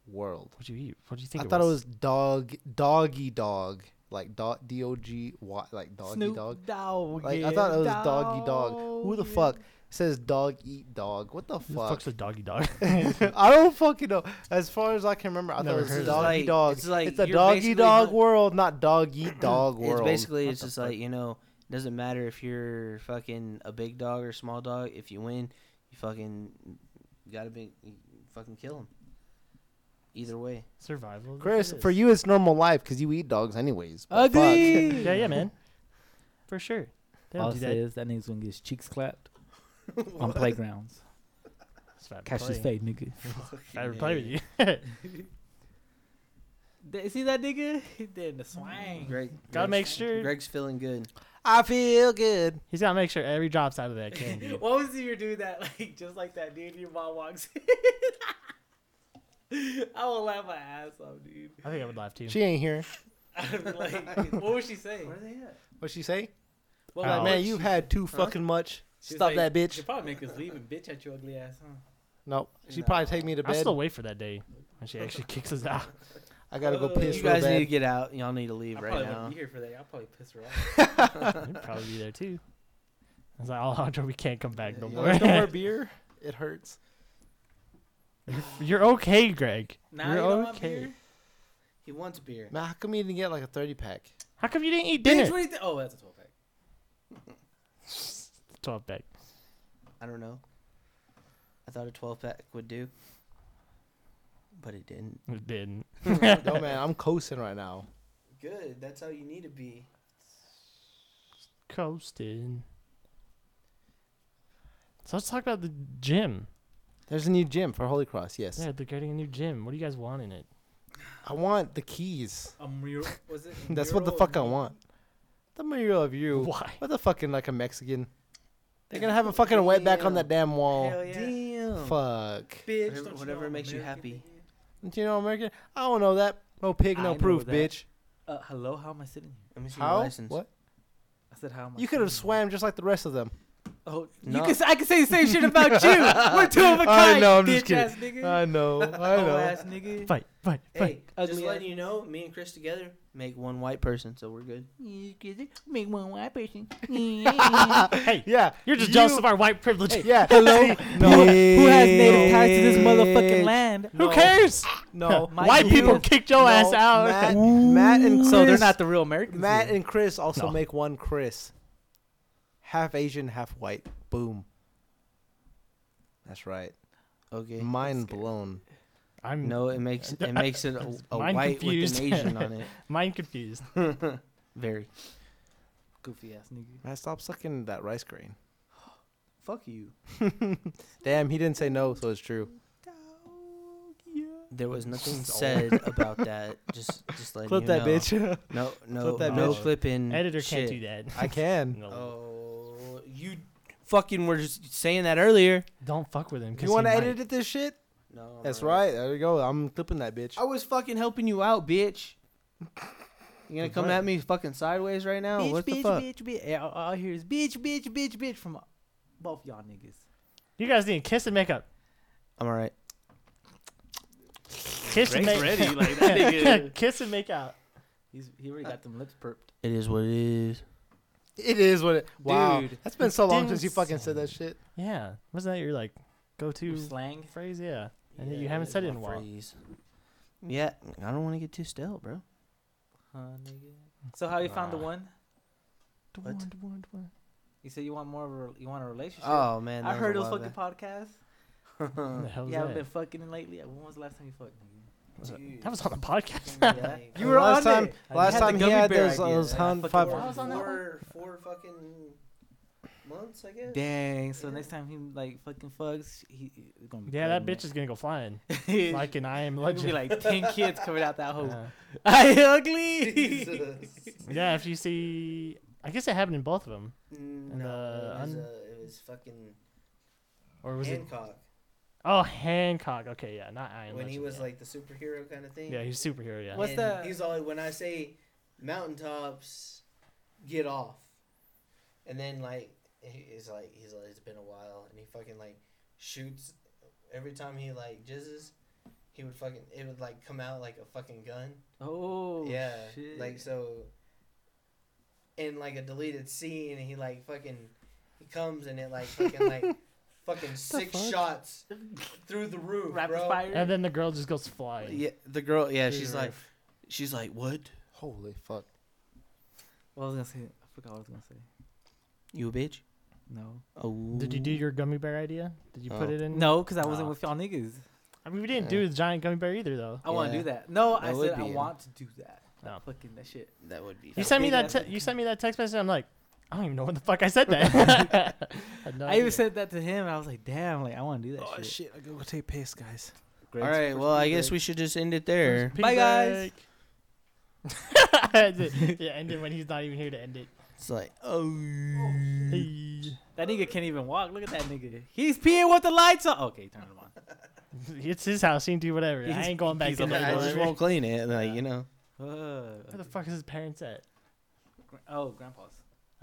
Speaker 4: world.
Speaker 3: What'd you eat? What do you think?
Speaker 4: I thought it was dog doggy dog like dog d o g y like doggy dog.
Speaker 1: Dogg.
Speaker 4: Like I thought it was doggy dog. Who the
Speaker 1: yeah.
Speaker 4: fuck says dog eat dog? What the
Speaker 3: Who the
Speaker 4: fuck?
Speaker 3: fuck's a doggy
Speaker 4: [LAUGHS]
Speaker 3: dog? [LAUGHS]
Speaker 4: I don't fucking know. As far as I can remember, I
Speaker 3: Never
Speaker 4: thought it
Speaker 3: heard
Speaker 4: was
Speaker 3: of
Speaker 4: doggy
Speaker 2: that. It's like-
Speaker 4: dog. It's,
Speaker 2: it's like
Speaker 4: a
Speaker 2: you're
Speaker 4: doggy
Speaker 2: basically
Speaker 4: dog
Speaker 2: not-
Speaker 4: world, not dog
Speaker 2: [CLEARS THROAT]
Speaker 4: eat dog world.
Speaker 2: It's basically it's just like you know, doesn't matter if you're fucking a big dog or small dog. If you win, you fucking gotta be you fucking kill him. Either way,
Speaker 3: Survival. is what
Speaker 4: Chris,
Speaker 3: it is.
Speaker 4: for you, it's normal life because you eat dogs anyways. but fuck.
Speaker 2: [LAUGHS]
Speaker 3: Yeah, yeah, man. For sure. They
Speaker 1: All
Speaker 3: don't
Speaker 1: it
Speaker 3: do that.
Speaker 1: says that nigga's gonna get his cheeks [LAUGHS] clapped on playgrounds.
Speaker 3: It's about
Speaker 1: Catch his
Speaker 3: playing.
Speaker 1: fade, nigga.
Speaker 3: I would play with you.
Speaker 1: Th- See that nigga? Then the swang.
Speaker 2: Greg.
Speaker 3: Gotta
Speaker 2: Greg's-
Speaker 3: make sure.
Speaker 2: Greg's feeling good.
Speaker 4: I feel good.
Speaker 3: He's gotta make sure every drop's out of that
Speaker 1: [LAUGHS]
Speaker 3: candy.
Speaker 1: what was you do that [LAUGHS] like just like that dude? Your mom walks in. [LAUGHS] I would laugh my ass off, dude. [LAUGHS]
Speaker 3: I think I would laugh too.
Speaker 4: She ain't here.
Speaker 1: I'd be like, what was she saying?
Speaker 2: Where are they at?
Speaker 4: What'd she say?
Speaker 1: What
Speaker 3: Like,
Speaker 1: was-
Speaker 4: Man, you've had too fucking much.
Speaker 1: she's like,
Speaker 4: Stop that bitch.
Speaker 1: She'll probably make us leave and bitch at your ugly ass, huh?
Speaker 4: No, she'd
Speaker 1: No.
Speaker 4: probably take me to
Speaker 3: I'll
Speaker 4: bed.
Speaker 3: still wait for that day
Speaker 1: [LAUGHS]
Speaker 3: when she actually kicks us out.
Speaker 4: I gotta go
Speaker 1: Uh,
Speaker 4: piss
Speaker 2: you
Speaker 4: real
Speaker 2: guys
Speaker 4: bad.
Speaker 2: need to get out. Y'all need to
Speaker 1: I
Speaker 2: leave right
Speaker 1: probably
Speaker 2: now.
Speaker 1: wouldn't be here for that. I'll probably piss her off.
Speaker 3: You'd probably be there too. I was like, Alejandro, we can't come back no
Speaker 4: Yeah,
Speaker 3: more.
Speaker 4: don't [LAUGHS] wear beer. It hurts.
Speaker 3: [LAUGHS] You're okay, Greg.
Speaker 1: Now
Speaker 3: You're
Speaker 1: you don't want
Speaker 3: okay.
Speaker 1: beer?
Speaker 2: He wants beer.
Speaker 4: Man, how come you didn't get like a thirty pack?
Speaker 3: How come you didn't eat
Speaker 1: Bitch,
Speaker 3: dinner?
Speaker 1: what do you think? Oh, that's a 12 pack.
Speaker 3: Twelve back.
Speaker 2: I don't know. I thought a 12 pack would do, but it didn't.
Speaker 3: It didn't.
Speaker 4: [LAUGHS] No man, I'm coasting right now.
Speaker 2: Good. That's how you need to be.
Speaker 3: Coasting. So let's talk about the gym.
Speaker 4: There's a new gym for Holy Cross. Yes,
Speaker 3: Yeah, they're getting a new gym. What do you guys want in it?
Speaker 4: I want the keys.
Speaker 1: A mural? Was [LAUGHS] it? a
Speaker 4: That's what the
Speaker 1: mural
Speaker 4: fuck I
Speaker 1: of me?
Speaker 4: want. The mural of you.
Speaker 3: Why?
Speaker 4: What the fucking like a Mexican? They're gonna have a fucking wetback on that damn wall.
Speaker 1: Hell yeah.
Speaker 2: Oh, Damn.
Speaker 4: Fuck.
Speaker 1: Bitch,
Speaker 2: Whatever-
Speaker 1: don't
Speaker 2: whatever
Speaker 1: know I'm
Speaker 2: makes you
Speaker 1: American,
Speaker 2: happy.
Speaker 1: nigga?
Speaker 4: Do you know American? I don't know that. No pig,
Speaker 1: I
Speaker 4: no
Speaker 1: know
Speaker 4: proof,
Speaker 1: that.
Speaker 4: bitch.
Speaker 1: Uh, hello, how am I sitting here?
Speaker 2: Let me see your
Speaker 4: How?
Speaker 2: license.
Speaker 4: What?
Speaker 1: I said, how am I?
Speaker 4: You could have
Speaker 1: sitting here?
Speaker 4: swam just like the rest of them.
Speaker 1: Oh,
Speaker 2: No.
Speaker 1: you can. s- I can say the same shit about you. [LAUGHS] We're two of a kind.
Speaker 4: know, I'm
Speaker 1: bitch
Speaker 4: just kidding.
Speaker 1: Ass nigga.
Speaker 4: I
Speaker 1: [LAUGHS]
Speaker 4: know. I
Speaker 1: Hoe
Speaker 4: know.
Speaker 1: ass nigga.
Speaker 3: Fight, fight, fight.
Speaker 2: Hey,
Speaker 1: Ugly
Speaker 2: just
Speaker 1: ass.
Speaker 2: letting you know, me uh, and Chris together make one white person, so we're good.
Speaker 1: You kidding? [LAUGHS] Make one white [LAUGHS] person.
Speaker 3: Hey,
Speaker 4: Yeah.
Speaker 3: you're just
Speaker 4: you-
Speaker 3: jealous of [LAUGHS] our white privilege.
Speaker 4: [LAUGHS] Yeah. Hello. no.
Speaker 1: Who has native ties to this motherfucking land?
Speaker 3: Who cares?
Speaker 4: No.
Speaker 1: My
Speaker 3: white
Speaker 1: dude.
Speaker 3: people kicked your
Speaker 4: No,
Speaker 3: ass out.
Speaker 4: Matt, Matt and Chris,
Speaker 1: So they're not the real Americans.
Speaker 4: Matt
Speaker 1: here.
Speaker 4: and Chris also
Speaker 3: No.
Speaker 4: make one Chris. Half Asian, half white. Boom. That's right.
Speaker 2: Okay.
Speaker 4: Mind blown.
Speaker 3: [LAUGHS] I'm
Speaker 2: No, it makes
Speaker 4: [LAUGHS]
Speaker 2: it makes it a, a
Speaker 3: Mind
Speaker 2: white
Speaker 3: confused.
Speaker 2: with an Asian on it.
Speaker 3: mind confused.
Speaker 2: Very.
Speaker 1: goofy ass nigga.
Speaker 4: Man, stop sucking that rice grain.
Speaker 2: Fuck you.
Speaker 4: [LAUGHS] Damn, he didn't say no, so it's true.
Speaker 2: There was
Speaker 4: [LAUGHS]
Speaker 2: nothing said about that. Just just letting
Speaker 4: Clip
Speaker 2: you
Speaker 4: that
Speaker 2: know.
Speaker 4: bitch.
Speaker 2: No, no,
Speaker 4: Clip that
Speaker 2: no
Speaker 3: bitch.
Speaker 2: clipping.
Speaker 3: Editor can't
Speaker 2: shit.
Speaker 3: do that.
Speaker 4: I can.
Speaker 3: [LAUGHS] No.
Speaker 2: Oh, you fucking were just saying that earlier.
Speaker 3: Don't fuck with him. 'cause
Speaker 4: You want to
Speaker 3: he might.
Speaker 4: edit it this shit?
Speaker 2: No.
Speaker 4: That's right. There you go. I'm clipping that bitch.
Speaker 2: I was fucking helping you out, bitch. You gonna come
Speaker 4: What?
Speaker 2: at me fucking sideways right now?
Speaker 1: bitch,
Speaker 2: what the
Speaker 1: bitch,
Speaker 2: fuck?
Speaker 1: bitch, bitch, Yeah, All all I hear is bitch, bitch, bitch, bitch from both y'all niggas.
Speaker 3: You guys need to kiss and make up.
Speaker 2: I'm alright.
Speaker 3: Kiss and make
Speaker 1: ready,
Speaker 3: [LAUGHS]
Speaker 1: like that nigga.
Speaker 3: kiss and make out.
Speaker 1: He's, he already got them lips perped.
Speaker 2: It is what it is.
Speaker 4: It is what it. Wow.
Speaker 2: Dude.
Speaker 4: That's been so long
Speaker 3: Didn't
Speaker 4: since you fucking
Speaker 3: say
Speaker 4: said that shit.
Speaker 3: Yeah, wasn't that your like
Speaker 1: Your
Speaker 3: go-to
Speaker 1: slang.
Speaker 3: [LAUGHS] phrase? Yeah, and you haven't said it in a while.
Speaker 2: Yeah, I don't want to get too stale, bro.
Speaker 1: Huh, nigga. So how you found the
Speaker 3: Nah.
Speaker 1: one?
Speaker 2: What?
Speaker 1: You said you want more. Of a, you want a relationship.
Speaker 2: Oh man,
Speaker 1: I
Speaker 2: that
Speaker 1: heard
Speaker 2: a
Speaker 1: those
Speaker 2: while
Speaker 1: fucking
Speaker 2: back.
Speaker 1: podcasts. you
Speaker 3: the
Speaker 1: [LAUGHS]
Speaker 3: hell is
Speaker 1: haven't
Speaker 3: that?
Speaker 1: been fucking lately. When was the last time you fucked? nigga?
Speaker 3: that was on the podcast.
Speaker 1: [LAUGHS] Yeah.
Speaker 4: You were
Speaker 1: Last
Speaker 4: on time.
Speaker 1: it. I
Speaker 4: Last
Speaker 1: had the
Speaker 4: time he
Speaker 1: gummy
Speaker 4: had
Speaker 1: bear
Speaker 4: those,
Speaker 1: idea.
Speaker 4: those
Speaker 1: I
Speaker 4: hun-
Speaker 1: fucking
Speaker 4: five.
Speaker 1: wore it.
Speaker 3: was on that
Speaker 5: four, four fucking months, I guess.
Speaker 1: Dang. So
Speaker 5: Yeah.
Speaker 1: next time he like fucking fucks, he he gonna be
Speaker 3: yeah, that bitch is gonna go flying.
Speaker 1: [LAUGHS] is
Speaker 3: like an I am
Speaker 1: It'll be
Speaker 3: legend.
Speaker 1: like ten kids coming out that hole.
Speaker 3: Yeah.
Speaker 1: [LAUGHS] I ugly.
Speaker 5: [LAUGHS] Jesus.
Speaker 3: [LAUGHS]
Speaker 1: [LAUGHS]
Speaker 3: yeah, if you see, I guess it happened in both of them,
Speaker 5: Mm,
Speaker 3: And
Speaker 5: no,
Speaker 3: the
Speaker 5: it, was,
Speaker 3: un-
Speaker 5: uh, it was fucking
Speaker 3: or was it?
Speaker 5: Hancock
Speaker 3: Oh, Hancock. Okay, yeah, not I am.
Speaker 5: when he
Speaker 3: Legend,
Speaker 5: was
Speaker 3: yeah.
Speaker 5: like the superhero kind of thing.
Speaker 3: yeah, he's a superhero. Yeah,
Speaker 1: What? What's
Speaker 5: And
Speaker 1: the-
Speaker 5: He's all when I say mountaintops, get off, and then like he- he's like he's like it's been a while, and he fucking like shoots every time he like jizzes, he would fucking it would like come out like a fucking gun.
Speaker 1: Oh
Speaker 5: yeah,
Speaker 1: shit.
Speaker 5: like so. In like a deleted scene, and he like fucking he comes and it like fucking
Speaker 2: [LAUGHS]
Speaker 5: like fucking six
Speaker 4: fuck?
Speaker 5: shots
Speaker 1: [LAUGHS]
Speaker 5: through the roof,
Speaker 1: rapid
Speaker 5: bro.
Speaker 1: fire.
Speaker 3: and then the girl just goes flying.
Speaker 2: Yeah, the girl. Yeah,
Speaker 3: through
Speaker 2: she's
Speaker 3: the
Speaker 2: like,
Speaker 3: roof.
Speaker 2: she's like, what?
Speaker 4: Holy fuck!
Speaker 1: what I was gonna say, I forgot what I was gonna say.
Speaker 2: You a bitch?
Speaker 1: No,
Speaker 2: Oh.
Speaker 3: Did you do your gummy bear idea? Did you put
Speaker 2: Oh.
Speaker 3: it in?
Speaker 1: no, because I wasn't
Speaker 3: Nah.
Speaker 1: with y'all niggas.
Speaker 3: I mean, we didn't do the giant gummy bear either, though.
Speaker 1: I want to
Speaker 2: Yeah.
Speaker 1: do that. No, I
Speaker 2: That would
Speaker 1: said I
Speaker 2: be it.
Speaker 1: want to do that.
Speaker 3: No.
Speaker 1: Fucking that shit.
Speaker 2: That would be.
Speaker 3: You sent me
Speaker 1: big
Speaker 3: that.
Speaker 1: ass
Speaker 3: Te-
Speaker 1: thing.
Speaker 3: you sent me that text message. I'm like, I don't even know when the fuck I said that. [LAUGHS] I, had no
Speaker 1: I even
Speaker 3: idea.
Speaker 1: said that to him, and I was like, "Damn, like I want to do that
Speaker 4: Oh
Speaker 1: shit."
Speaker 4: shit! I gotta go take piss, guys.
Speaker 2: All right. Well, I guess we should just end it there.
Speaker 3: Piggy
Speaker 1: Bye, guys.
Speaker 3: bank. to, [LAUGHS] to end it when he's not even here to end it.
Speaker 2: It's like, oh.
Speaker 3: Hey.
Speaker 1: That nigga can't even walk. Look at that nigga. He's peeing with the lights on. Okay, turn [LAUGHS] them on.
Speaker 3: It's his house. He can do whatever. I
Speaker 1: He's-
Speaker 3: ain't going back
Speaker 1: he's
Speaker 3: in
Speaker 1: a
Speaker 2: I
Speaker 3: there.
Speaker 1: little
Speaker 2: just
Speaker 1: Whatever.
Speaker 2: won't clean it. Like
Speaker 3: Yeah.
Speaker 2: you know.
Speaker 1: Fuck.
Speaker 3: [LAUGHS] Where the fuck is his parents at?
Speaker 1: Gra- Uh, Oh, grandpa's.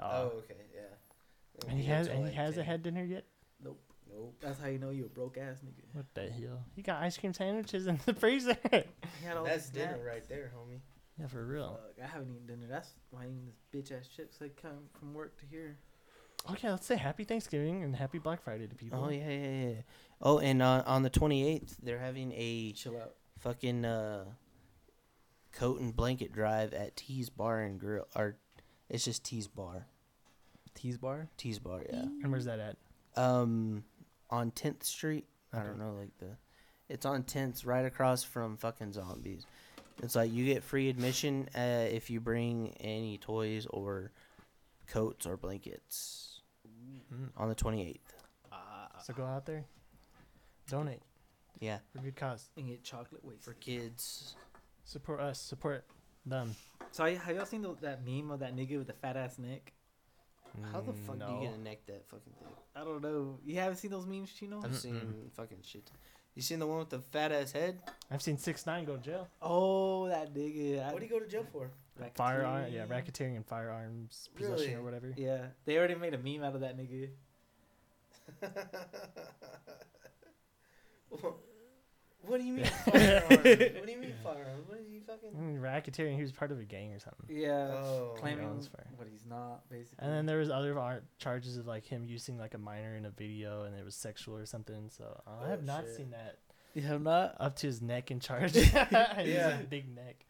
Speaker 3: Oh.
Speaker 5: Oh, okay, yeah. Then
Speaker 3: and he
Speaker 5: we
Speaker 3: has
Speaker 5: till,
Speaker 3: and he
Speaker 5: like,
Speaker 3: hasn't
Speaker 5: 10.
Speaker 3: had dinner yet.
Speaker 5: Nope.
Speaker 1: That's how you know you're a broke ass nigga.
Speaker 3: What the hell? He got ice cream sandwiches in the [LAUGHS] freezer.
Speaker 1: [LAUGHS] He had all the
Speaker 5: That's dinner
Speaker 1: snacks.
Speaker 5: right there, homie.
Speaker 3: yeah, for real.
Speaker 1: Fuck, I haven't eaten dinner. That's why I'm eating this bitch ass chips. I come from work to here.
Speaker 3: Okay, let's say happy Thanksgiving and happy Black Friday to people.
Speaker 2: Oh yeah, yeah, yeah. Oh, and uh, on the twenty eighth, they're having a
Speaker 1: Chill out.
Speaker 2: fucking uh, coat and blanket drive at T's Bar and Grill. Or it's just T's Bar.
Speaker 1: Tease bar.
Speaker 2: T's Bar, yeah.
Speaker 3: And where's that at?
Speaker 2: Um, on Tenth Street. I don't know, like the. It's on Tenth, right across from fucking zombies. It's like you get free admission uh, if you bring any toys or coats or blankets
Speaker 3: Mm.
Speaker 2: on the twenty eighth.
Speaker 3: So go out there, donate
Speaker 2: Yeah,
Speaker 3: for good cause.
Speaker 1: and get chocolate wafer.
Speaker 2: for kids.
Speaker 3: Support us. Support them.
Speaker 1: So y- have y'all seen the, that meme of that nigga with the fat ass neck?
Speaker 2: How the fuck do
Speaker 3: No.
Speaker 2: you get a neck that fucking thick?
Speaker 1: I don't know. You haven't seen those memes, Chino?
Speaker 2: I've seen fucking shit. You seen the one with the fat ass head?
Speaker 3: I've seen six nine go to jail.
Speaker 1: Oh, that nigga. I-
Speaker 5: What do you go to jail for? [LAUGHS]
Speaker 1: Racketeering.
Speaker 3: Firearm, yeah, racketeering and firearms possession
Speaker 5: Really?
Speaker 3: or whatever.
Speaker 1: Yeah, they already made a meme out of that nigga.
Speaker 5: what do you mean firearm? what do you mean firearm? What is he fucking?
Speaker 3: Mm, racketeering. He was part of a gang or something.
Speaker 1: Yeah,
Speaker 5: Oh,
Speaker 1: claiming
Speaker 3: that was fair.
Speaker 1: what he's not, basically.
Speaker 3: And then there was other ar- charges of like him using like a minor in a video, and it was sexual or something. So uh, I have
Speaker 5: Oh,
Speaker 3: not
Speaker 5: shit.
Speaker 3: seen that
Speaker 1: you have not.
Speaker 3: up to his neck in charge. He's got a
Speaker 5: Yeah.
Speaker 3: big neck.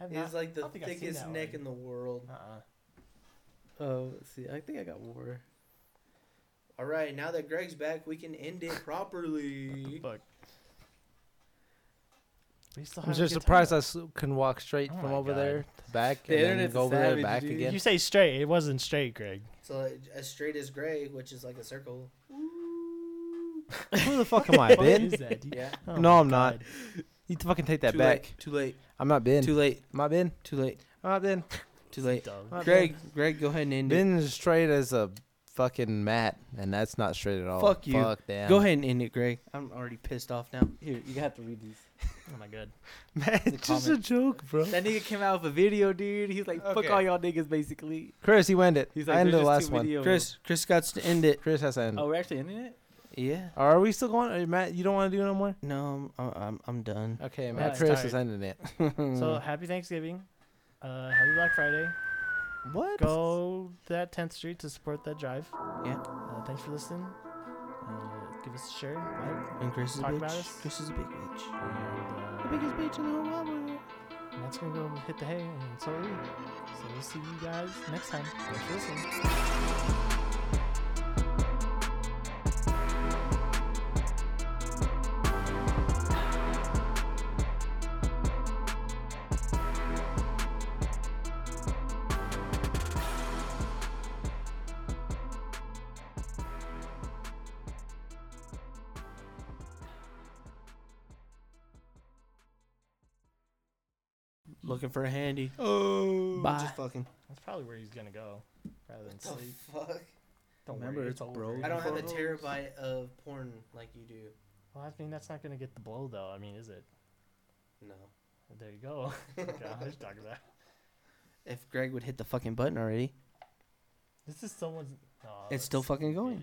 Speaker 3: I have
Speaker 5: He has
Speaker 3: not.
Speaker 5: like the
Speaker 3: don't think I've seen
Speaker 5: thickest
Speaker 3: that
Speaker 5: neck
Speaker 3: one.
Speaker 5: in the world.
Speaker 3: Uh-uh.
Speaker 1: Oh, let's see, I think I got war.
Speaker 5: All right, now that Greg's back, we can end it properly.
Speaker 3: [LAUGHS] Fuck. We still
Speaker 4: I'm
Speaker 3: have a
Speaker 4: just
Speaker 3: good
Speaker 4: surprised
Speaker 3: time.
Speaker 4: I s- can walk straight
Speaker 3: Oh
Speaker 4: from
Speaker 3: my
Speaker 4: over
Speaker 3: God.
Speaker 4: there to back,
Speaker 1: The
Speaker 4: and then
Speaker 1: internet's
Speaker 4: go
Speaker 1: a
Speaker 4: over there
Speaker 1: savage,
Speaker 4: back
Speaker 1: dude.
Speaker 3: [LAUGHS]
Speaker 4: again.
Speaker 3: You say straight. It wasn't straight, Greg.
Speaker 5: So like, as straight as Greg, which is like a circle.
Speaker 4: Who the fuck am I,
Speaker 3: What is
Speaker 4: Ben?
Speaker 3: that, dude?
Speaker 5: Yeah.
Speaker 3: Oh
Speaker 4: No,
Speaker 3: my
Speaker 4: I'm not.
Speaker 3: God.
Speaker 4: You to fucking take that
Speaker 2: too
Speaker 4: back.
Speaker 2: late. Too late.
Speaker 4: I'm not Ben.
Speaker 2: Too late.
Speaker 4: Am I Ben?
Speaker 2: Too late.
Speaker 4: I'm not Ben.
Speaker 2: Too late.
Speaker 3: Dumb.
Speaker 4: Not
Speaker 2: Greg, Greg, go ahead and end
Speaker 4: Ben is straight as a fucking mat, and that's not straight at all.
Speaker 2: Fuck you.
Speaker 4: Fuck
Speaker 2: it.
Speaker 4: damn.
Speaker 2: Go ahead and end it, Greg. I'm already pissed off now.
Speaker 1: Here, you have to read these.
Speaker 3: Oh my god.
Speaker 4: Man, [LAUGHS] it's just a joke, bro.
Speaker 1: [LAUGHS] That nigga came out with a video, dude. He's like, fuck
Speaker 4: Okay.
Speaker 1: all y'all niggas, basically.
Speaker 4: Chris, you end it.
Speaker 1: He's
Speaker 4: I
Speaker 1: like,
Speaker 4: ended
Speaker 1: "There's
Speaker 4: the
Speaker 1: just
Speaker 4: last
Speaker 1: too
Speaker 4: one.
Speaker 1: many of
Speaker 2: Chris, Chris got to end it.
Speaker 4: Chris has to end.
Speaker 1: them." Oh, we're actually ending it?
Speaker 2: Yeah.
Speaker 4: Are we still going? Uh, Matt, you don't want to do no more?
Speaker 2: No, I'm, I'm, I'm done.
Speaker 4: Okay,
Speaker 3: Well,
Speaker 4: Matt.
Speaker 3: it's
Speaker 4: Chris is
Speaker 3: tired.
Speaker 4: ending it.
Speaker 2: Hmm.
Speaker 3: So happy Thanksgiving. Uh, happy Black Friday.
Speaker 4: what?
Speaker 3: Go to that 10th Street to support that drive.
Speaker 2: Yeah.
Speaker 3: Uh, thanks for listening. Uh, give us a share, like,
Speaker 2: And Chris is a
Speaker 3: Talk
Speaker 2: bitch.
Speaker 3: about us.
Speaker 2: Chris is a big bitch.
Speaker 3: and, uh,
Speaker 2: biggest bitch in the whole wide world.
Speaker 3: and that's gonna go hit the hay, and so are we. So we'll see you guys next time. Thanks for listening.
Speaker 6: Looking for a handy.
Speaker 4: Oh.
Speaker 6: Bye.
Speaker 2: Just fucking.
Speaker 3: That's probably where he's gonna go, rather than
Speaker 2: What the
Speaker 3: sleep.
Speaker 2: fuck?
Speaker 3: Don't
Speaker 1: Remember,
Speaker 3: worry,
Speaker 1: it's
Speaker 3: over.
Speaker 1: broke.
Speaker 2: I don't have a
Speaker 1: Photos.
Speaker 2: terabyte of porn like you do.
Speaker 3: Well, I mean, that's not gonna get the blow though. I mean, is it?
Speaker 2: No.
Speaker 3: There you
Speaker 2: [LAUGHS]
Speaker 3: go. [LAUGHS] Gosh, talk about.
Speaker 6: If Greg would hit the fucking button already,
Speaker 3: This is someone's. Aw,
Speaker 6: it's still
Speaker 3: that's
Speaker 6: fucking going.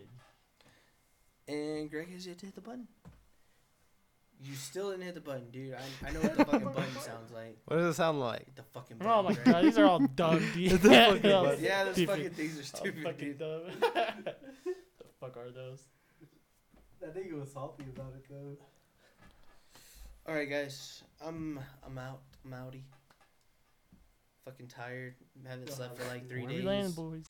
Speaker 3: dated.
Speaker 2: And Greg has yet to hit the button. You still didn't hit the button, dude. I, I know what the fucking
Speaker 3: [LAUGHS]
Speaker 2: button sounds like.
Speaker 4: What does it sound like?
Speaker 2: Hit the fucking button.
Speaker 3: Oh my
Speaker 2: Greg.
Speaker 3: god, these are all [LAUGHS] dumb. yeah, those- [LAUGHS]
Speaker 4: fucking button.
Speaker 2: [LAUGHS] Yeah, those
Speaker 3: stupid-
Speaker 2: fucking things are
Speaker 3: all
Speaker 2: stupid,
Speaker 3: fucking
Speaker 2: dude.
Speaker 3: dumb. [LAUGHS] the fuck are those?
Speaker 1: I think it was salty about it though.
Speaker 2: All right, guys. I'm I'm out. I'm outie. Fucking tired. Haven't slept for like three
Speaker 3: Where
Speaker 2: days.
Speaker 3: we landing, boys?